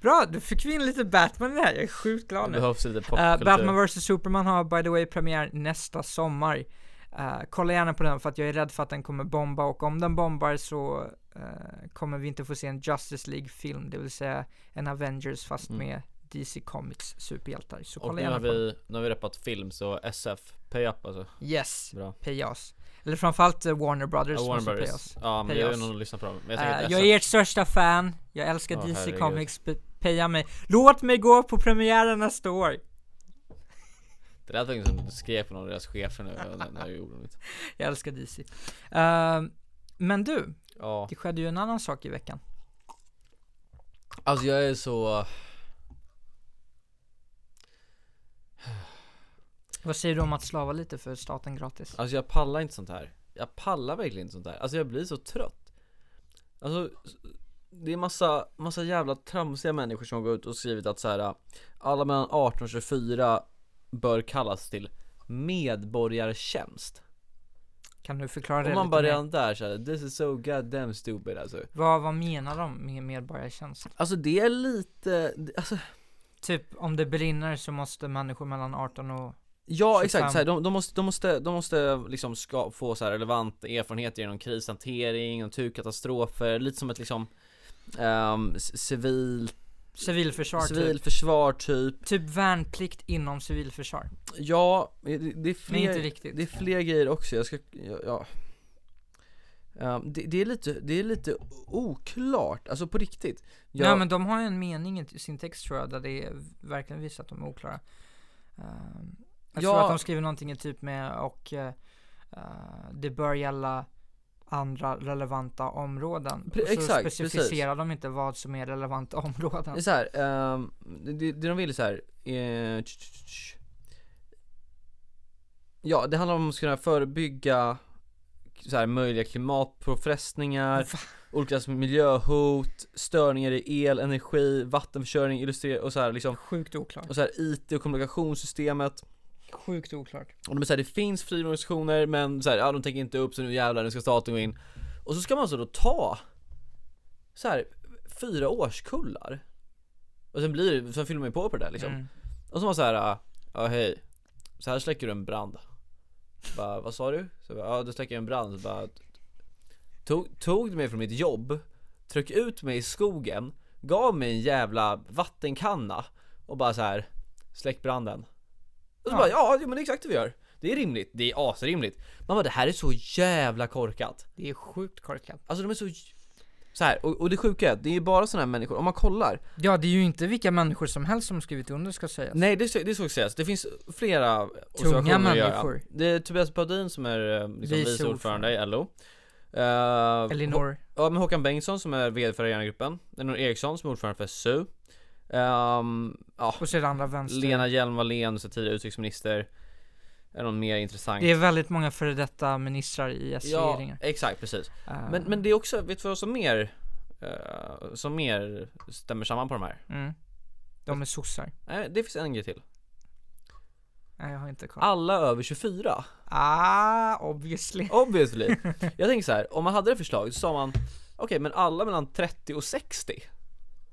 S1: Bra, du fick vi in lite Batman i det här. Jag är sjukt glad
S2: Det
S1: nu.
S2: behövs lite
S1: Eh,
S2: popkultur.
S1: Batman vs Superman har by the way premiär nästa sommar. Eh, kolla gärna på den för att jag är rädd för att den kommer bomba och om den bombar så eh, kommer vi inte få se en Justice League-film, det vill säga en Avengers fast
S2: Mm.
S1: med DC Comics superhjältar. Så
S2: Och
S1: kolla
S2: nu har
S1: gärna på den.
S2: vi, nu har vi repat film så SF, pay up alltså.
S1: Yes,
S2: Bra.
S1: pay us. Eller framförallt eh, Warner Brothers
S2: Ja, Warner
S1: måste pay
S2: Brothers.
S1: us.
S2: Ja men
S1: Pay
S2: jag
S1: us.
S2: vet inte om lyssnar på dem. Men jag
S1: Eh,
S2: tänker att
S1: jag
S2: SF
S1: är ert största fan, jag älskar
S2: Ja,
S1: DC
S2: herregud.
S1: Comics, P- paya mig. Låt mig gå på premiären nästa år!
S2: Det lät verkligen som du skrev på någon av deras chefer nu, när- när jag gjorde det.
S1: Jag älskar DC. Ehm, men du,
S2: Ja.
S1: det skedde ju en annan sak i veckan.
S2: Alltså jag är så,
S1: Vad säger du om att slava lite för staten gratis?
S2: Alltså jag pallar inte sånt här. Jag pallar verkligen inte sånt här. Alltså jag blir så trött. Alltså det är massa, massa jävla tramsiga människor som har gått ut och skrivit att så här alla mellan 18 och 24 bör kallas till medborgartjänst.
S1: Kan du förklara det
S2: Och
S1: lite
S2: man bara
S1: mer?
S2: redan där såhär, this is so goddamn stupid alltså.
S1: Vad, vad menar de med medborgartjänst?
S2: Alltså det är lite, alltså
S1: Typ om det brinner så måste människor mellan 18 och...
S2: Ja
S1: 25.
S2: exakt, så här, de, de, måste, de, måste, de måste liksom ska få så här relevant erfarenheter genom krishantering, naturkatastrofer, lite som ett liksom ehm, c- civil,
S1: Civilförsvar typ.
S2: civilförsvar typ
S1: Typ värnplikt inom civilförsvar.
S2: Ja, det, det är fler,
S1: Men inte riktigt.
S2: det är fler grejer också, jag ska, ja, ja. Ehm, det, det, är lite, det är lite oklart, alltså på riktigt jag,
S1: Nej men de har ju en mening i sin text tror jag, där det är verkligen visar att de är oklara. Ehm, jag tror
S2: Ja.
S1: att de skriver någonting i typ med och eh, eh, det bör gälla andra relevanta områden.
S2: Pre-
S1: Och så
S2: exakt,
S1: specificerar de inte vad som är relevanta [LAUGHS] områden.
S2: Det är så här, ehm, det, det de vill är så här. eh, tsch, tsch, tsch. Ja, det handlar om att kunna förebygga så här, möjliga klimatpåfrestningar,
S1: [LAUGHS]
S2: olika som miljöhot, störningar i el, energi, vattenförsörjning, illustrera och så här liksom
S1: Sjukt oklart.
S2: och så här IT och kommunikationssystemet.
S1: Sjukt oklart.
S2: Och de är så här, det finns frivilligorganisationer men så här, ja, de tänker inte upp så nu jävlar nu ska staten gå in. Och så ska man alltså då ta så här fyra årskullar. Och sen blir det, sen fyller man ju på på det där liksom.
S1: Mm.
S2: Och så var så här, äh, ja hej, så här släcker du en brand. Bara, vad sa du? Så jag bara, ja du släcker en brand. Så bara, tog, tog du mig från mitt jobb, tryck ut mig i skogen, gav mig en jävla vattenkanna och bara så här, släck branden. Och så
S1: Ja.
S2: bara, ja jo, men det är exakt det vi gör. Det är rimligt, det är asrimligt. Man bara, det här är så jävla korkat.
S1: Det är sjukt korkat.
S2: Alltså de är så så här, och, och det sjuka är att det är ju bara sådana här människor, om man kollar
S1: Ja det är ju inte vilka människor som helst som skrivit under ska sägas.
S2: Nej det, ska- det ska också sägas, det finns flera observationer att göra.
S1: människor.
S2: Det är Tobias Baudin som är eh, liksom
S1: Vice
S2: vice ordförande i LO Eh,
S1: Elinor.
S2: Ja men Håkan Bengtsson som är VD för Arenagruppen Elinor Eriksson som är ordförande för SSU Ehm, Ja,
S1: Och så är det andra vänster.
S2: Lena Hjelm-Wallén, så tidigare utrikesminister Är någon mer intressant?
S1: Det är väldigt många före detta ministrar i
S2: ja,
S1: S-regeringar.
S2: exakt precis
S1: Eh,
S2: men, men det är också, vet du vad som mer eh, Som mer stämmer samman på de här?
S1: mm. De är sossar.
S2: Nej, det finns en grej till
S1: Nej, jag har inte koll.
S2: Alla över 24
S1: Ah, obviously.
S2: Obviously Jag tänker så här, om man hade det förslaget så sa man Okej men alla mellan 30 och 60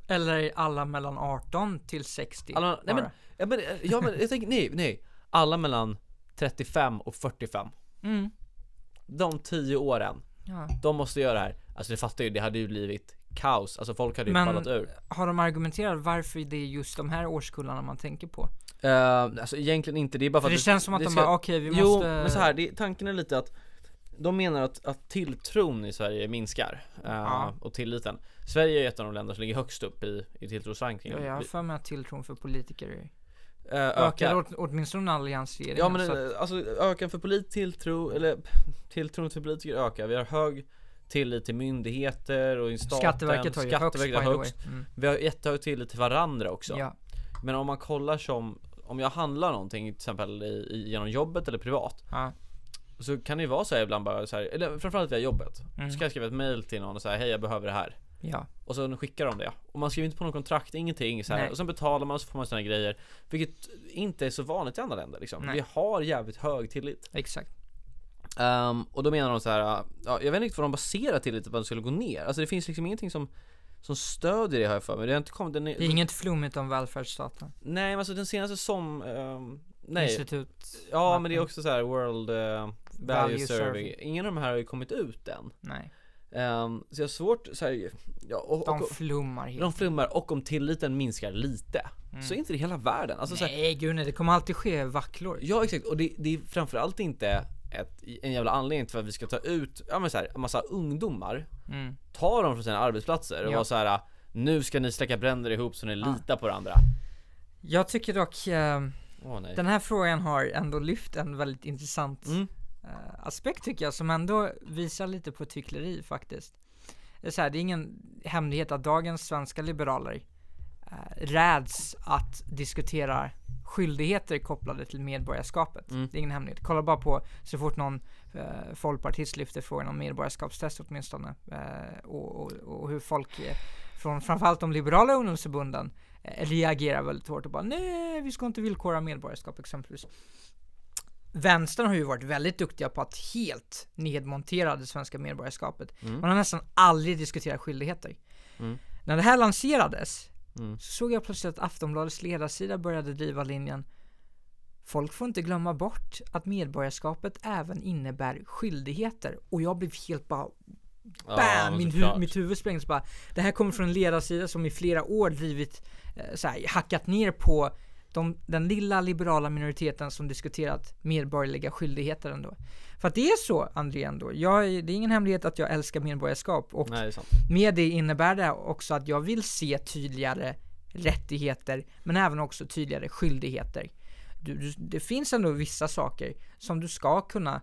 S1: Eller alla mellan 18 till 60.
S2: alla, nej, men,
S1: bara.
S2: ja, men, eh, ja men jag tänker, nej, nej Alla mellan 35 och 45
S1: Mm.
S2: De 10 åren
S1: Ja.
S2: De måste göra det här. Alltså det fattar ju, det hade ju blivit kaos. Alltså folk hade ju
S1: Men-
S2: ballat ur.
S1: Har de argumenterat varför det är just de här årskullarna man tänker på?
S2: Uh, alltså egentligen inte, det är bara för
S1: För det
S2: att
S1: känns som att
S2: det
S1: de
S2: ska-
S1: bara, okej vi
S2: Jo,
S1: måste...
S2: men så här, det, tanken är lite att de menar att, att tilltron i Sverige minskar. eh,
S1: Ja.
S2: Och tilliten. Sverige är ett av de länder som ligger högst upp i, i tilltrosrankingen.
S1: Ja, jag har för mig att tilltron för politiker
S2: Eh,
S1: ökar.
S2: ökar.
S1: Åt, åtminstone alliansregeringen.
S2: Ja men
S1: så att,
S2: eh, alltså ökar för polit tilltro, eller tilltron till politiker ökar. Vi har hög tillit till myndigheter och i staten.
S1: Skatteverket har ju högst by
S2: Skatteverket
S1: the
S2: har
S1: way.
S2: högst.
S1: Mm.
S2: Vi har jättehög tillit till varandra också.
S1: Ja.
S2: Men om man kollar som Om jag handlar någonting till exempel i, i, genom jobbet eller privat
S1: ja.
S2: Så kan det ju vara så här ibland bara så här, Eller framförallt via jobbet
S1: Mm.
S2: Så kan jag skriva ett mail till någon och säga Hej jag behöver det här
S1: ja.
S2: Och sen skickar de det Och man skriver inte på något kontrakt, ingenting så här.
S1: Nej.
S2: Och sen betalar man och så får man sina grejer Vilket inte är så vanligt i andra länder liksom.
S1: Nej.
S2: Vi har jävligt hög tillit
S1: Exakt.
S2: Ehm, Och då menar de så här ja, Jag vet inte vad de baserar tilliten på att den skulle gå ner Alltså det finns liksom ingenting som Som stödjer det har jag för mig Det har inte kommit den, är-
S1: Det är inget flummigt om välfärdsstaten.
S2: Nej men alltså den senaste som ehm, Nej
S1: Institut.
S2: Ja men det är
S1: Vatten.
S2: också så här World eh, Value,
S1: Value
S2: Survey.
S1: Survey.
S2: Ingen av de här har ju kommit ut än
S1: Nej.
S2: Ehm, Så jag har svårt så här, ja, och,
S1: De
S2: och,
S1: flummar helt. Mm.
S2: De flummar och om tilliten minskar lite Så är inte det hela världen alltså, så här,
S1: nej gud nej, det kommer alltid ske vacklor.
S2: Ja exakt och det, det är framförallt inte ett, en jävla anledning till att vi ska ta ut ja, men så här, en massa ungdomar
S1: Mm.
S2: Ta dem från sina arbetsplatser och
S1: Ja.
S2: vara så här Nu ska ni släcka bränder ihop så ni litar på varandra
S1: Jag tycker dock eh,
S2: Åh nej
S1: den här frågan har ändå lyft en väldigt intressant
S2: Mm.
S1: eh, aspekt tycker jag som ändå visar lite på ett hyckleri faktiskt. Det är, så här, det är ingen hemlighet att dagens svenska liberaler eh, räds att diskutera skyldigheter kopplade till medborgarskapet.
S2: Mm.
S1: Det är ingen hemlighet. Kolla bara på så fort någon eh, folkpartist lyfter frågan om medborgarskapstest åtminstone eh, och, och, och hur folk eh, från framförallt de liberala ungdomsförbunden eh, reagerar väldigt hårt och bara nej, vi ska inte villkora medborgarskap exempelvis. Vänstern har ju varit väldigt duktiga på att helt nedmontera det svenska medborgarskapet. Man har nästan aldrig diskuterat skyldigheter.
S2: Mm.
S1: När det här lanserades
S2: Mm.
S1: så såg jag plötsligt att Aftonbladets ledarsida började driva linjen Folk får inte glömma bort att medborgarskapet även innebär skyldigheter och jag blev helt bara
S2: Ja,
S1: bam,
S2: men
S1: min
S2: såklart.
S1: hu- mitt huvud sprängs bara. Det här kommer från en ledarsida som i flera år drivit, eh, så här, hackat ner på de, den lilla liberala minoriteten som diskuterat medborgerliga skyldigheter ändå. För att det är så, André, ändå. Jag, är- det är ingen hemlighet att jag älskar medborgarskap och
S2: Nej det är sant
S1: med det innebär det också att jag vill se tydligare rättigheter, men även också tydligare skyldigheter. Du, du, det finns ändå vissa saker som du ska kunna,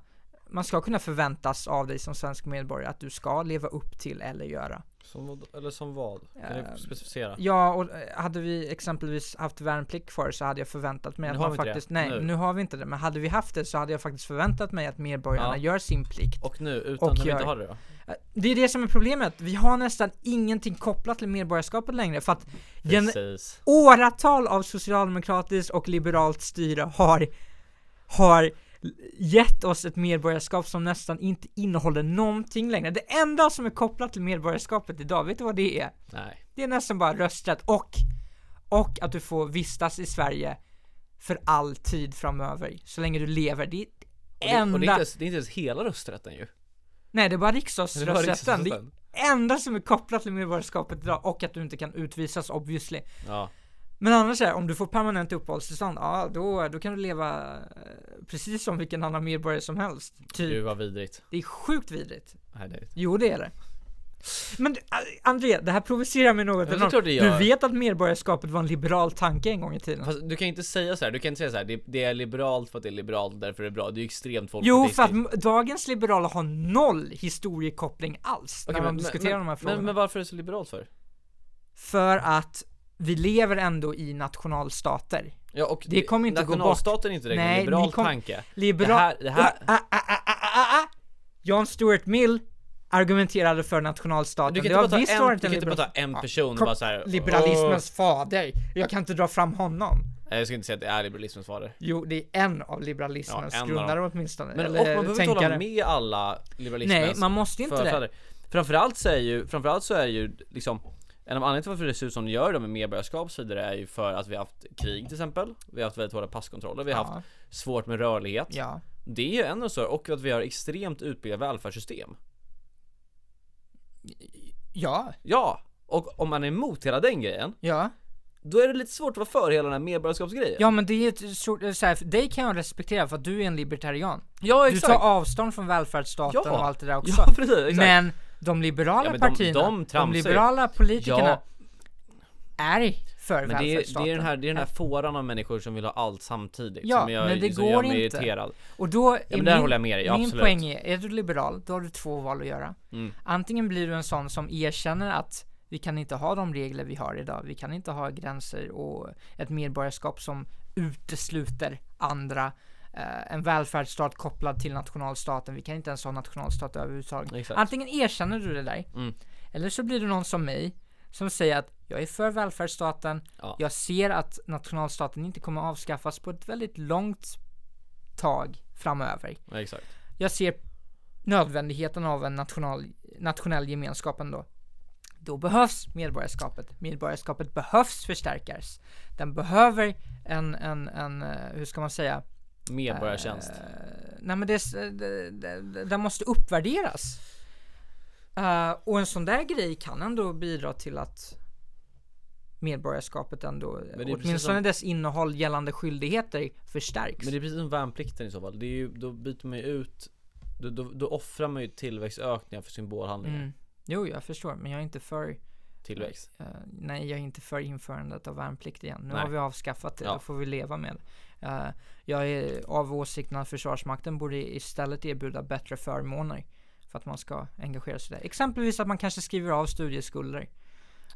S1: man ska kunna förväntas av dig som svensk medborgare att du ska leva upp till eller göra.
S2: som, vad- Eller som vad? Kan
S1: Ehm,
S2: du specificera?
S1: Ja, och eh, hade vi exempelvis haft värnplikt förr så hade jag förväntat mig
S2: Nu
S1: att
S2: har
S1: man
S2: vi inte det.
S1: faktiskt, nej,
S2: Nu.
S1: nu. har vi inte det, men hade vi haft det så hade jag faktiskt förväntat mig att medborgarna
S2: Ja.
S1: gör sin plikt.
S2: Och nu, utan
S1: Och
S2: att vi
S1: gör.
S2: inte har det då?
S1: Det är det som är problemet, vi har nästan ingenting kopplat till medborgarskapet längre för att gen-
S2: Precis
S1: åratal av socialdemokratiskt och liberalt styre har, har gett oss ett medborgarskap som nästan inte innehåller någonting längre. Det enda som är kopplat till medborgarskapet idag, vet du vad det är?
S2: Nej
S1: Det är nästan bara rösträtt och, och att du får vistas i Sverige för all tid framöver, så länge du lever. Det är
S2: Och det, och det, är inte
S1: enda,
S2: ens, det är inte ens hela rösträtten ju
S1: nej det är bara
S2: [LAUGHS] Det var
S1: riksdagsrösträtten. Det är
S2: riksdagsrösten.
S1: enda som är kopplat till medborgarskapet idag och att du inte kan utvisas obviously.
S2: Ja,
S1: Men annars är det, om du får permanent uppehållstillstånd, ja då, då kan du leva eh, precis som vilken annan medborgare som helst. Typ.
S2: gud vad vidrigt
S1: Det är sjukt vidrigt.
S2: Nej, det är...
S1: Jo det är det. Men eh, André, det här provocerar mig något
S2: Men det är
S1: enormt.
S2: klart det
S1: Du
S2: gör.
S1: vet att medborgarskapet var en liberal tanke en gång i tiden?
S2: Fast du kan inte säga så här. du kan inte säga så här. Det, det är liberalt för att det är liberalt, därför är det bra. Det är ju extremt
S1: Jo, för
S2: folkpartistiskt.
S1: att m- dagens liberaler har noll historiekoppling alls
S2: Okej,
S1: när
S2: men-
S1: de diskuterar
S2: men,
S1: de här frågorna.
S2: Men, men varför är det så liberalt för?
S1: För att vi lever ändå i nationalstater.
S2: Ja, och
S1: Det kommer inte gå bort.
S2: Nationalstaten är inte direkt
S1: Nej,
S2: en liberal
S1: ni kom-
S2: tanke.
S1: Liberal...
S2: Det här, det här,
S1: Ah, ah, ah, ah, ah, ah. John Stuart Mill argumenterade för nationalstaten.
S2: du kan
S1: Det var
S2: inte bara
S1: visst
S2: ta en,
S1: varit
S2: du kan inte bara ta
S1: liberal-
S2: en
S1: Ja,
S2: person
S1: kom-
S2: och bara så här.
S1: Liberalismens fader. Jag kan inte dra fram honom.
S2: "Åh." Nej, jag ska inte säga att det är liberalismens fader.
S1: Jo, det är en av liberalismens
S2: Ja, en av
S1: grundare åtminstone.
S2: Men och
S1: eller
S2: man behöver inte hålla
S1: tänkare.
S2: med alla liberalismens
S1: Nej, man måste inte det.
S2: förfäder. Framförallt så är ju, framförallt så är ju liksom en av anledningarna till varför det ser ut som det gör då med medborgarskap och så vidare är ju för att vi har haft krig till exempel. Vi har haft väldigt hårda passkontroller, vi har haft svårt med rörlighet.
S1: Ja.
S2: Det är ju en av så och att vi har extremt utbyggt välfärdssystem.
S1: Ja.
S2: Ja, och om man är emot hela den grejen,
S1: Ja.
S2: då är det lite svårt att vara för hela den här medborgarskapsgrejen.
S1: Ja men det är ett stort, så här, för dig kan jag respektera för att du är en libertarian.
S2: ja
S1: Du tar avstånd från välfärdsstaten
S2: Ja.
S1: och allt det där också.
S2: Ja, precis, exakt.
S1: Men de liberala
S2: Ja, men de-
S1: partierna,
S2: de
S1: de,
S2: tramsar ju.
S1: liberala politikerna
S2: Ja.
S1: är för
S2: Men det är,
S1: välfärdsstaten.
S2: det, är den här, det är den här fåran av människor som vill ha allt samtidigt
S1: Ja,
S2: som gör,
S1: men det
S2: som
S1: går
S2: gör mig
S1: inte.
S2: irriterad.
S1: Och då, är
S2: men där håller jag med dig,
S1: min
S2: absolut.
S1: poäng är, är du liberal, då har du två val att göra.
S2: Mm.
S1: Antingen blir du en sån som erkänner att vi kan inte ha de regler vi har idag, vi kan inte ha gränser och ett medborgarskap som utesluter andra, eh, en välfärdsstat kopplad till nationalstaten, vi kan inte ens ha nationalstat överhuvudtaget.
S2: Exakt.
S1: Antingen erkänner du det där,
S2: Mm.
S1: eller så blir du någon som mig, som säger att jag är för välfärdsstaten,
S2: Ja.
S1: jag ser att nationalstaten inte kommer avskaffas på ett väldigt långt tag framöver.
S2: Ja, exakt.
S1: Jag ser nödvändigheten av en national, nationell gemenskap ändå. Då behövs medborgarskapet. Medborgarskapet behövs förstärkas. Den behöver en, en, en eh, hur ska man säga?
S2: Medborgartjänst.
S1: Eh, nej men det, är s- det, det, den måste uppvärderas. Eh, och en sån där grej kan ändå bidra till att medborgarskapet ändå,
S2: det är precis
S1: åtminstone
S2: som-
S1: dess innehåll gällande skyldigheter, förstärks.
S2: Men det är precis som värnplikten i så fall. Det är ju, då byter man ju ut, då, då, då offrar man ju tillväxtökningar för symbolhandlingar.
S1: Mm. Jo, jag förstår, men jag är inte för
S2: Tillväxt.
S1: Eh, nej, jag är inte för införandet av värnplikt igen. Nu
S2: Nej.
S1: har vi avskaffat det,
S2: Ja.
S1: då får vi leva med det. Eh, jag är av åsikten att Försvarsmakten borde istället erbjuda bättre förmåner för att man ska engagera sig där. Exempelvis att man kanske skriver av studieskulder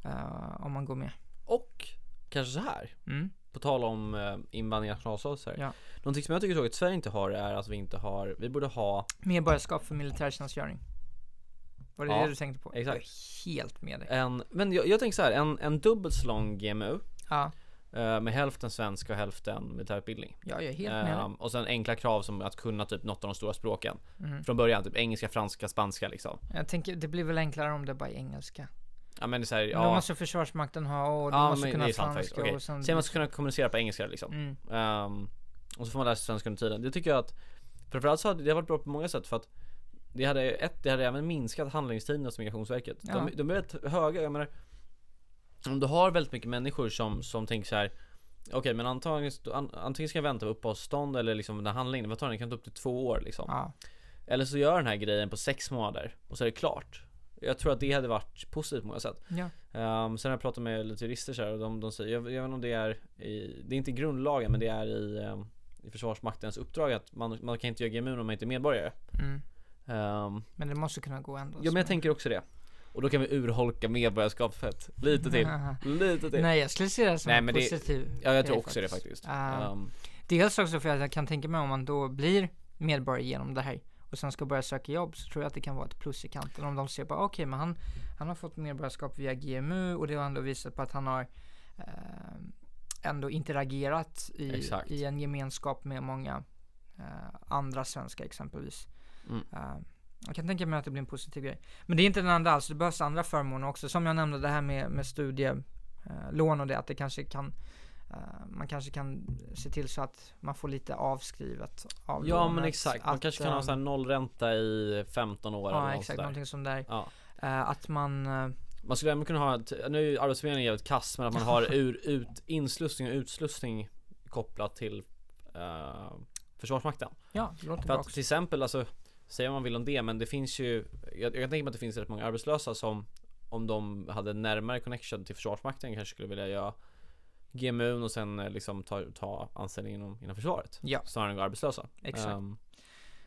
S1: eh, om man går med.
S2: Och kanske så här.
S1: Mm.
S2: På tal om eh, invandring och nationalstater.
S1: Ja.
S2: Någonting som jag tycker är tråkigt att Sverige inte har är att vi inte har, vi borde ha,
S1: Medborgarskap för militärtjänstgöring. Var det
S2: Ja,
S1: det du tänkte på? Jag
S2: exakt.
S1: är helt med dig.
S2: en, men jag, jag tänker så här, en, en dubbelt så lång GMU
S1: Ja,
S2: eh, med hälften svenska och hälften militärutbildning.
S1: ja jag är helt med dig.
S2: Ehm, och sen enkla krav som att kunna typ något av de stora språken.
S1: Mm.
S2: Från början, typ engelska, franska, spanska liksom.
S1: Jag tänker, det blir väl enklare om det bara är engelska.
S2: Ja men det är såhär,
S1: Men Då
S2: ja.
S1: måste Försvarsmakten ha och de
S2: Ja
S1: måste
S2: men det
S1: kunna
S2: är sant faktiskt.
S1: franska
S2: Okej.
S1: och sen...
S2: Sen man ska kunna kommunicera på engelska liksom.
S1: Mm.
S2: Ehm, och så får man lära sig svenska under tiden. Det tycker jag att Framförallt så hade det varit bra på många sätt för att Det hade, ett, det hade även minskat handläggningstiden hos Migrationsverket.
S1: Ja.
S2: De, de är rätt höga, jag menar Om du har väldigt mycket människor som, som tänker så här. Okej men antagligen, an, antingen ska jag vänta på uppehållstillstånd eller liksom den här handläggningen, vad tar den? Det kan ta upp till två år liksom.
S1: Ja.
S2: Eller så gör den här grejen på sex månader och så är det klart. Jag tror att det hade varit positivt på många sätt.
S1: ja.
S2: Ehm, sen har jag pratat med lite jurister så här och de, de säger, jag, jag vet inte om det är i, det är inte i grundlagen men det är i, ehm, i Försvarsmaktens uppdrag att man, man kan inte göra GMU om man inte är medborgare.
S1: Mm.
S2: Um,
S1: Men det måste kunna gå ändå.
S2: ja men jag tänker också det. Och då kan vi urholka medborgarskapet
S1: [LAUGHS]
S2: lite till. lite till.
S1: Nej jag skulle se det som
S2: Nej,
S1: en
S2: men det-
S1: positiv
S2: Ja jag tror
S1: grej
S2: också det faktiskt.
S1: Ah.
S2: Ehm,
S1: Dels också för att jag kan tänka mig om man då blir medborgare genom det här och sen ska börja söka jobb så tror jag att det kan vara ett plus i kanten om de ser bara okej men han, han har fått medborgarskap via GMU och det har ändå visat på att han har eh, ändå interagerat i,
S2: Exakt.
S1: i en gemenskap med många eh, andra svenskar exempelvis.
S2: Mm.
S1: Eh, jag kan tänka mig att det blir en positiv grej. Men det är inte den enda alls, det behövs andra förmåner också. Som jag nämnde det här med, med studielån och det att det kanske kan eh, man kanske kan se till så att man får lite avskrivet av
S2: ja men
S1: lånet.
S2: exakt, man
S1: Att,
S2: kanske kan ha
S1: ehm,
S2: så här nollränta i 15 år
S1: Ja
S2: eller något
S1: exakt,
S2: sånt där.
S1: någonting som där.
S2: Ja.
S1: Eh, att man, eh,
S2: Man skulle även kunna ha, ett, nu är ju arbetsförmedlingen jävligt kass men att
S1: [LAUGHS]
S2: man har ur, ut, inslussning och utslussning kopplat till eh, Försvarsmakten.
S1: ja det låter
S2: För
S1: bra
S2: att
S1: också.
S2: till exempel alltså Säga vad man vill om det men det finns ju Jag, jag kan tänka mig att det finns rätt många arbetslösa som Om de hade närmare connection till Försvarsmakten kanske skulle vilja göra GMU och sen eh, liksom ta, ta anställning inom, inom försvaret
S1: Ja.
S2: Snarare än gå arbetslösa
S1: Exakt.
S2: Ehm,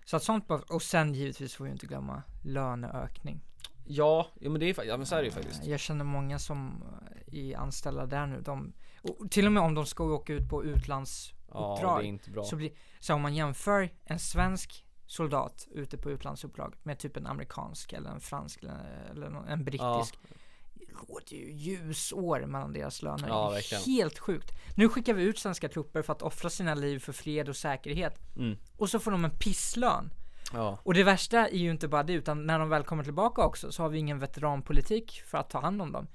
S1: Så att sånt bara, och sen givetvis får vi inte glömma löneökning.
S2: Ja, jo, men det är fa- ja, men så är det ju faktiskt
S1: Eh, Jag känner många som eh, är anställda där nu. De, och till och med om de ska åka ut på utlands
S2: Ja,
S1: uppdrag.
S2: det är inte bra
S1: så blir, så om man jämför en svensk soldat ute på utlandsuppdrag med typ en amerikansk eller en fransk eller eller nå- en brittisk. Det låter ju ljusår mellan deras löner.
S2: Ja,
S1: det
S2: verkligen.
S1: är helt sjukt. Nu skickar vi ut svenska trupper för att offra sina liv för fred och säkerhet.
S2: Mm.
S1: Och så får de en pisslön.
S2: Ja,
S1: Och det värsta är ju inte bara det, utan när de väl kommer tillbaka också så har vi ingen veteranpolitik för att ta hand om dem.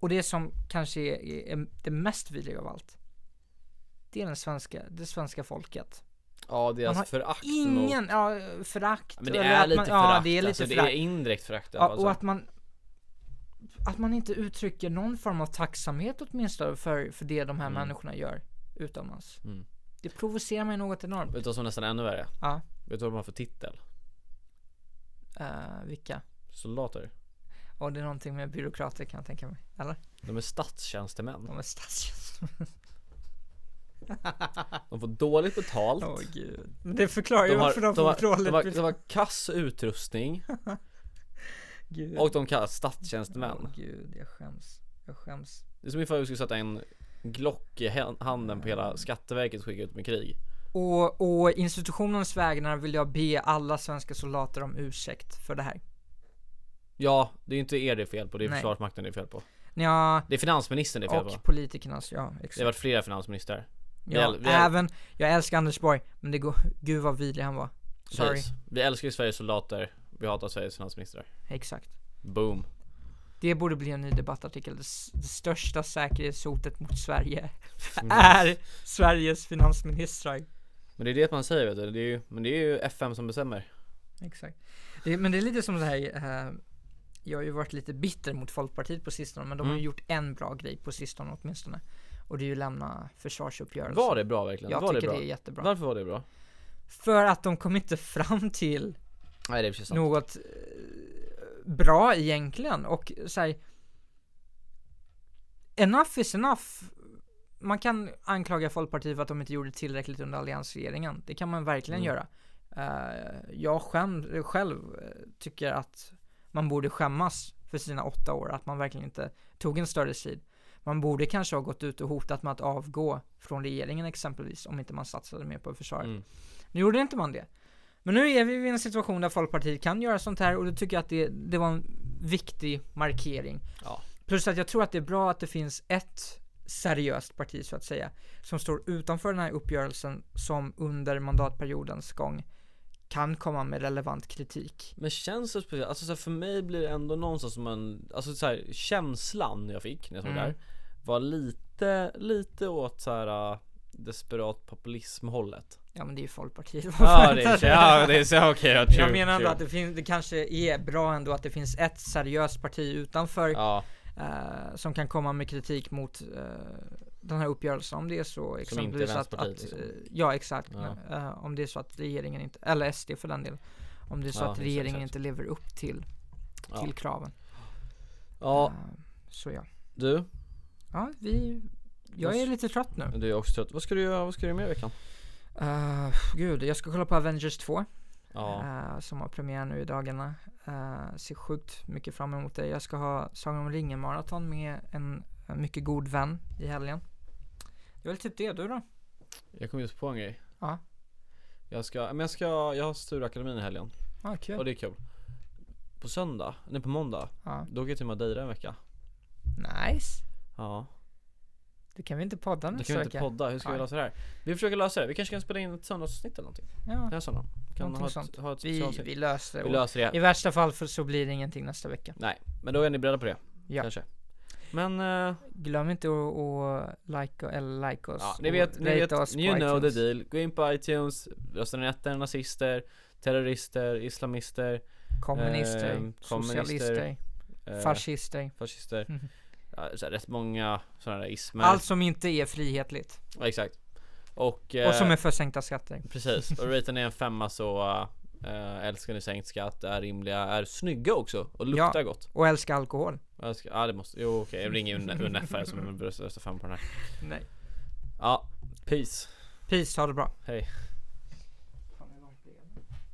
S1: Och det som kanske är, är det mest vidriga av allt, det är den svenska, det svenska folket.
S2: ja deras
S1: Man har
S2: förakt mot-
S1: Ingen, ja, förakt.
S2: Ja, Men det
S1: eller
S2: är
S1: att
S2: lite
S1: man-
S2: förakt
S1: Ja, det är lite
S2: alltså,
S1: förakt.
S2: Det är indirekt förakt i alla
S1: ja,
S2: fall,
S1: och
S2: så.
S1: att man, att man inte uttrycker någon form av tacksamhet åtminstone för, för det de här
S2: Mm.
S1: människorna gör utomlands.
S2: Mm.
S1: Det provocerar mig något enormt.
S2: Vet du vad som nästan är ännu värre?
S1: Ja.
S2: Vet du vad man får titel?
S1: Eh, vilka?
S2: Soldater.
S1: Och det är någonting med byråkrater kan jag tänka mig. Eller?
S2: De är statstjänstemän.
S1: De är statstjänst.
S2: De får dåligt betalt.
S1: Åh gud. Men det förklarar ju
S2: de, har,
S1: varför de
S2: de,
S1: får
S2: har, de, har,
S1: dåligt
S2: de, har,
S1: betalt.
S2: kass utrustning
S1: Gud.
S2: och de kallas statstjänstemän.
S1: Åh gud, jag skäms. Jag skäms.
S2: Det är som ifall vi skulle sätta en Glock i hän- handen på
S1: Mm.
S2: hela Skatteverket och skicka ut med krig.
S1: Och, och institutionens vägnar vill jag be alla svenska soldater om ursäkt för det här.
S2: Ja, det är inte er det är fel på. Det är
S1: Nej.
S2: Försvarsmakten det är fel på.
S1: Ja,
S2: Det är finansministern det är fel på.
S1: och politikernas, ja
S2: Det har
S1: exakt.
S2: varit flera finansministrar.
S1: Ja,
S2: väl- väl-
S1: Även, jag älskar Anders Borg, men det går, gud vad vidrig han var. Sorry.
S2: Precis. Vi älskar ju Sveriges soldater. Vi hatar Sveriges finansministrar.
S1: Exakt.
S2: Boom.
S1: Det borde bli en ny debattartikel. Det, s- det största säkerhetshotet mot Sverige [LAUGHS] är Sveriges finansministrar.
S2: Men det är det man säger vet du. Det är ju, men det är ju FM som bestämmer.
S1: Exakt. Det, men det är lite som så här. Eh, jag har ju varit lite bitter mot Folkpartiet på sistone, men de har ju
S2: Mm.
S1: gjort en bra grej på sistone åtminstone. Och det är ju lämna försvarsuppgörelsen.
S2: Var det bra verkligen?
S1: Alltså, Jag
S2: var
S1: tycker
S2: bra?
S1: det är jättebra.
S2: Varför var det bra?
S1: För att de kom inte fram till
S2: Nej det är precis sant.
S1: något eh, bra egentligen och så här, Enough is enough. Man kan anklaga Folkpartiet för att de inte gjorde tillräckligt under alliansregeringen. Det kan man verkligen
S2: Mm.
S1: göra. Eh, jag skäm, själv eh, tycker att man borde skämmas för sina åtta år, att man verkligen inte tog en större strid. Man borde kanske ha gått ut och hotat med att avgå från regeringen exempelvis, om inte man satsade mer på försvaret.
S2: Mm.
S1: Nu gjorde inte man det. Men nu är vi i en situation där Folkpartiet kan göra sånt här och då tycker jag att det, det var en viktig markering.
S2: Ja.
S1: Plus att jag tror att det är bra att det finns ett seriöst parti så att säga, som står utanför den här uppgörelsen som under mandatperiodens gång kan komma med relevant kritik.
S2: Men känns det speciellt? Alltså så här, för mig blir det ändå någonstans som en, alltså så här, känslan jag fick när jag såg det
S1: Mm.
S2: där Var lite, lite åt så här äh,
S1: [LAUGHS]
S2: desperat populismhållet
S1: Ja men det är ju Folkpartiet.
S2: Ja det
S1: [LAUGHS]
S2: är så, ja det är så, okej ja, true,
S1: jag menar ändå
S2: true.
S1: att det, finns, det kanske är bra ändå att det finns ett seriöst parti utanför
S2: Ja,
S1: eh, som kan komma med kritik mot eh, den här uppgörelsen om det är så exempelvis att, att
S2: Vänsterpartiet, liksom.
S1: eh, ja exakt
S2: Ja.
S1: Eh, om det är så att regeringen inte eller SD för den delen om det är så
S2: Ja,
S1: att
S2: exakt,
S1: regeringen
S2: exakt.
S1: inte lever upp till
S2: Ja.
S1: till kraven
S2: ja
S1: Eh, så ja
S2: du,
S1: ja vi jag är lite trött nu
S2: du är också trött. Vad ska du göra, vad ska du göra mer i veckan?
S1: Eh, gud jag ska kolla på Avengers 2
S2: Ja,
S1: eh, som har premiär nu i dagarna. Eh, ser sjukt mycket fram emot det. Jag ska ha Sagan om ringen maraton med en, en mycket god vän i helgen. Det är väl typ det, du då?
S2: jag kom just på en grej
S1: Ja.
S2: Jag ska, men jag ska, jag har Sturakademin i helgen
S1: Ah, kul.
S2: och det är kul På söndag, nej på måndag,
S1: Ja.
S2: då åker jag till Madeira en vecka
S1: Nice.
S2: Ja
S1: Det kan vi inte podda
S2: Då
S1: nästa
S2: kan vi inte
S1: vecka.
S2: podda, hur ska vi
S1: Nej.
S2: lösa det här? Vi försöker lösa det, vi kanske kan spela in ett söndagsavsnitt eller någonting
S1: Ja,
S2: Den här söndagen Kan
S1: Någonting
S2: ha ett,
S1: sånt.
S2: ha ett
S1: vi,
S2: specialavsnitt
S1: vi löser det.
S2: Vi
S1: och
S2: löser
S1: I
S2: det
S1: värsta fall för, så blir det ingenting nästa vecka.
S2: Nej, men då är ni beredda på det
S1: Ja.
S2: Kanske Men, eh,
S1: Glöm inte att, att like, eller like oss.
S2: ja, ni
S1: och
S2: vet, ni
S1: rate
S2: vet,
S1: oss
S2: you
S1: på
S2: know
S1: iTunes.
S2: the deal Gå in på iTunes, rösta ner ettor, nazister, terrorister, islamister,
S1: Kommunister,
S2: Ehm,
S1: socialister,
S2: kommunister, eh,
S1: fascister.
S2: fascister
S1: [LAUGHS] Mhm.
S2: ja, så här, Rätt många sådana där ismer
S1: Allt som inte är frihetligt.
S2: ja, Exakt Och,
S1: Och som
S2: eh,
S1: är för sänkta skatter.
S2: Precis, och ratear ni en femma så eh, eh, älskar nu sänkt skatt, är rimliga, är snygga också och luktar gott.
S1: Och älska alkohol.
S2: Jag älskar, ja det måste, jo okej jag ringer Un- UNF som jag röstar fram på den här.
S1: Nej.
S2: Ja, peace.
S1: Peace, ha det bra.
S2: Hej.
S1: Fan, hur långt blev det?